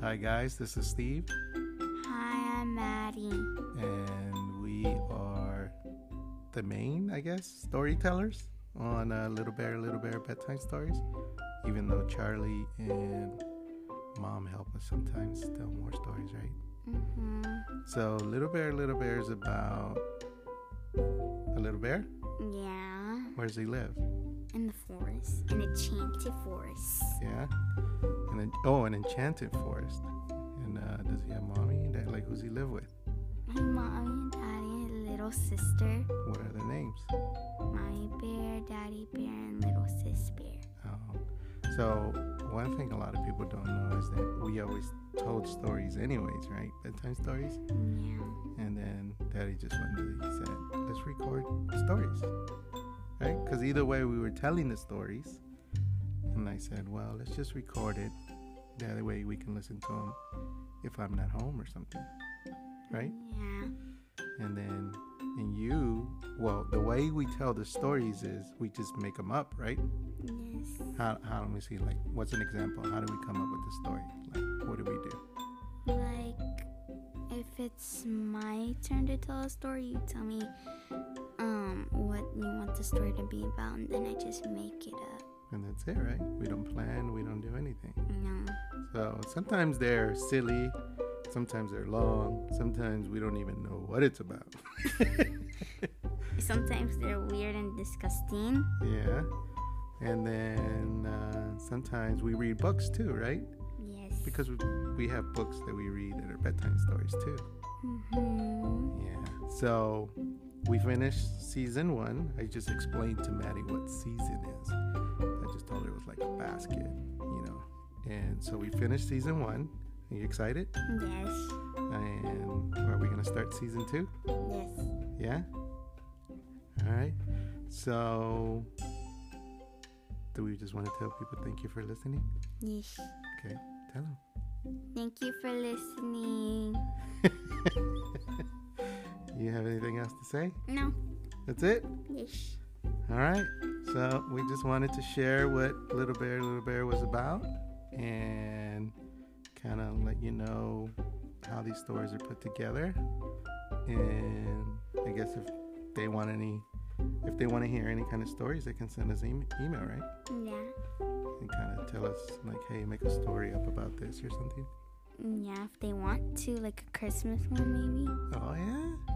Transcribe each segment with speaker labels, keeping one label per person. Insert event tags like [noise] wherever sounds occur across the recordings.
Speaker 1: Hi, guys. This is Steve,
Speaker 2: Hi, I'm Maddie.
Speaker 1: and we are the main, I guess, storytellers on uh, Little Bear, Little Bear Bedtime Stories. Even though Charlie and Mom help us sometimes tell more stories, right?
Speaker 2: hmm
Speaker 1: So, Little Bear, Little Bear is about a little bear.
Speaker 2: Yeah,
Speaker 1: Where does he live?
Speaker 2: in the forest, an enchanted forest.
Speaker 1: Yeah. And then, oh, an enchanted forest. And uh, does he have mommy and dad? Like, who's he live with?
Speaker 2: My mommy and daddy, and little sister,
Speaker 1: What are their names?
Speaker 2: mommy bear, daddy bear, and little sis bear.
Speaker 1: Um, so one thing a lot of people don't know is that we always told stories anyways, right? Bedtime stories.
Speaker 2: Yeah.
Speaker 1: And then Daddy just one day he said, "Let's record stories," right? Because either way, we were telling the stories. And I said, "Well, let's just record it. The other way we can listen to them if I'm not home or something, right?"
Speaker 2: Yeah.
Speaker 1: And then, and you, well, the way we tell the stories is we just make them up, right?
Speaker 2: Yes.
Speaker 1: How, how do we see like what's an example? How do we come up with the story? Like what do we do?
Speaker 2: Like, if it's my turn to tell a story, you tell me um what you want the story to be about, and then I just make it up.
Speaker 1: And that's it, right? We don't plan, we don't do anything.
Speaker 2: No.
Speaker 1: So sometimes they're silly, sometimes they're long, sometimes we don't even know what it's about. [laughs]
Speaker 2: Sometimes they're weird and disgusting.
Speaker 1: yeah. And then uh, sometimes we read books too, right?
Speaker 2: Yes.
Speaker 1: Because we, we have books that we read that are bedtime stories too.
Speaker 2: hmm
Speaker 1: Yeah. So we finished season one. I just explained to Maddie what season is. I just told her it was like a basket, you know. And so we finished season one. Are you excited?
Speaker 2: Yes.
Speaker 1: And are we gonna start season two?
Speaker 2: Yes.
Speaker 1: Yeah. All right. So do we just want to tell people thank you for listening?
Speaker 2: Yes.
Speaker 1: Okay, tell them.
Speaker 2: Thank you for listening.
Speaker 1: You have anything else to say?
Speaker 2: No.
Speaker 1: That's it.
Speaker 2: Yes.
Speaker 1: All right. So we just wanted to share what Little Bear Little Bear was about and kind of let you know how these stories are put together. And I guess if they want any, if they want to hear any kind of stories, they can send us em email, right?
Speaker 2: Yeah.
Speaker 1: And kind of tell us like, hey, make a story up about this or something.
Speaker 2: Yeah, if they want to, like a Christmas one, maybe.
Speaker 1: Oh yeah.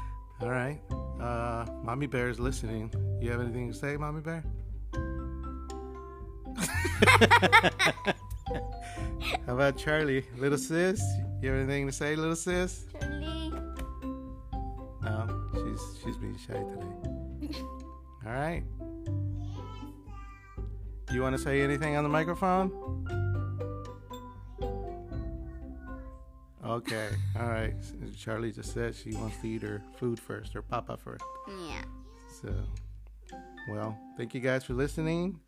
Speaker 1: [laughs] All right. Uh, Mommy Bear is listening. You have anything to say, Mommy Bear? [laughs] How about Charlie, little sis? You have anything to say, little sis?
Speaker 2: Charlie.
Speaker 1: No, Um, she's she's being shy today. [laughs] All right. You want to say anything on the microphone? Okay. All right. Charlie just said she wants to eat her food first, her papa first.
Speaker 2: Yeah.
Speaker 1: So, well, thank you guys for listening.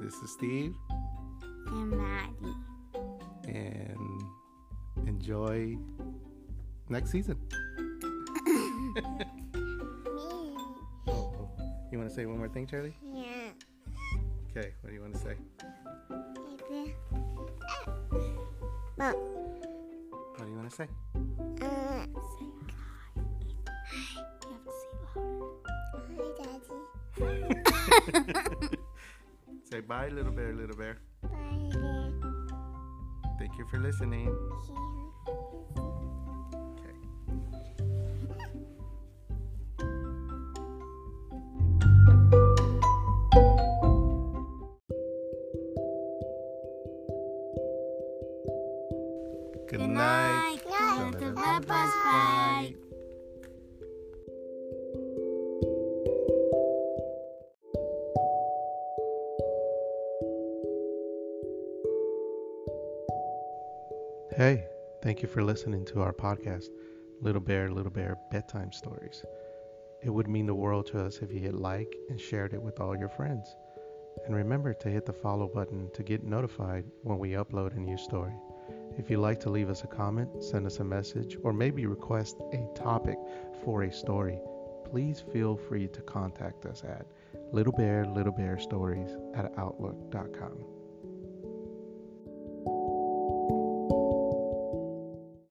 Speaker 1: This is Steve,
Speaker 2: And Maddie.
Speaker 1: and enjoy next season.
Speaker 2: Me.
Speaker 1: Oh, you want to say one more thing, Charlie?
Speaker 2: Yeah.
Speaker 1: Okay. What do you want to say?
Speaker 2: But
Speaker 1: What do you want to say?
Speaker 2: uh, say hi. You have to say louder. Hi, Daddy.
Speaker 1: [laughs] Say bye, little bear, little bear.
Speaker 2: Bye, Daddy.
Speaker 1: Thank you for listening. Okay. Good night.
Speaker 2: Night.
Speaker 1: Little
Speaker 2: Bye.
Speaker 1: Bye.
Speaker 2: Bye.
Speaker 1: Hey, thank you for listening to our podcast, Little Bear, Little Bear Bedtime Stories. It would mean the world to us if you hit like and shared it with all your friends. And remember to hit the follow button to get notified when we upload a new story. If you'd like to leave us a comment, send us a message, or maybe request a topic for a story, please feel free to contact us at littlebearlittlebearstories at outlook.com.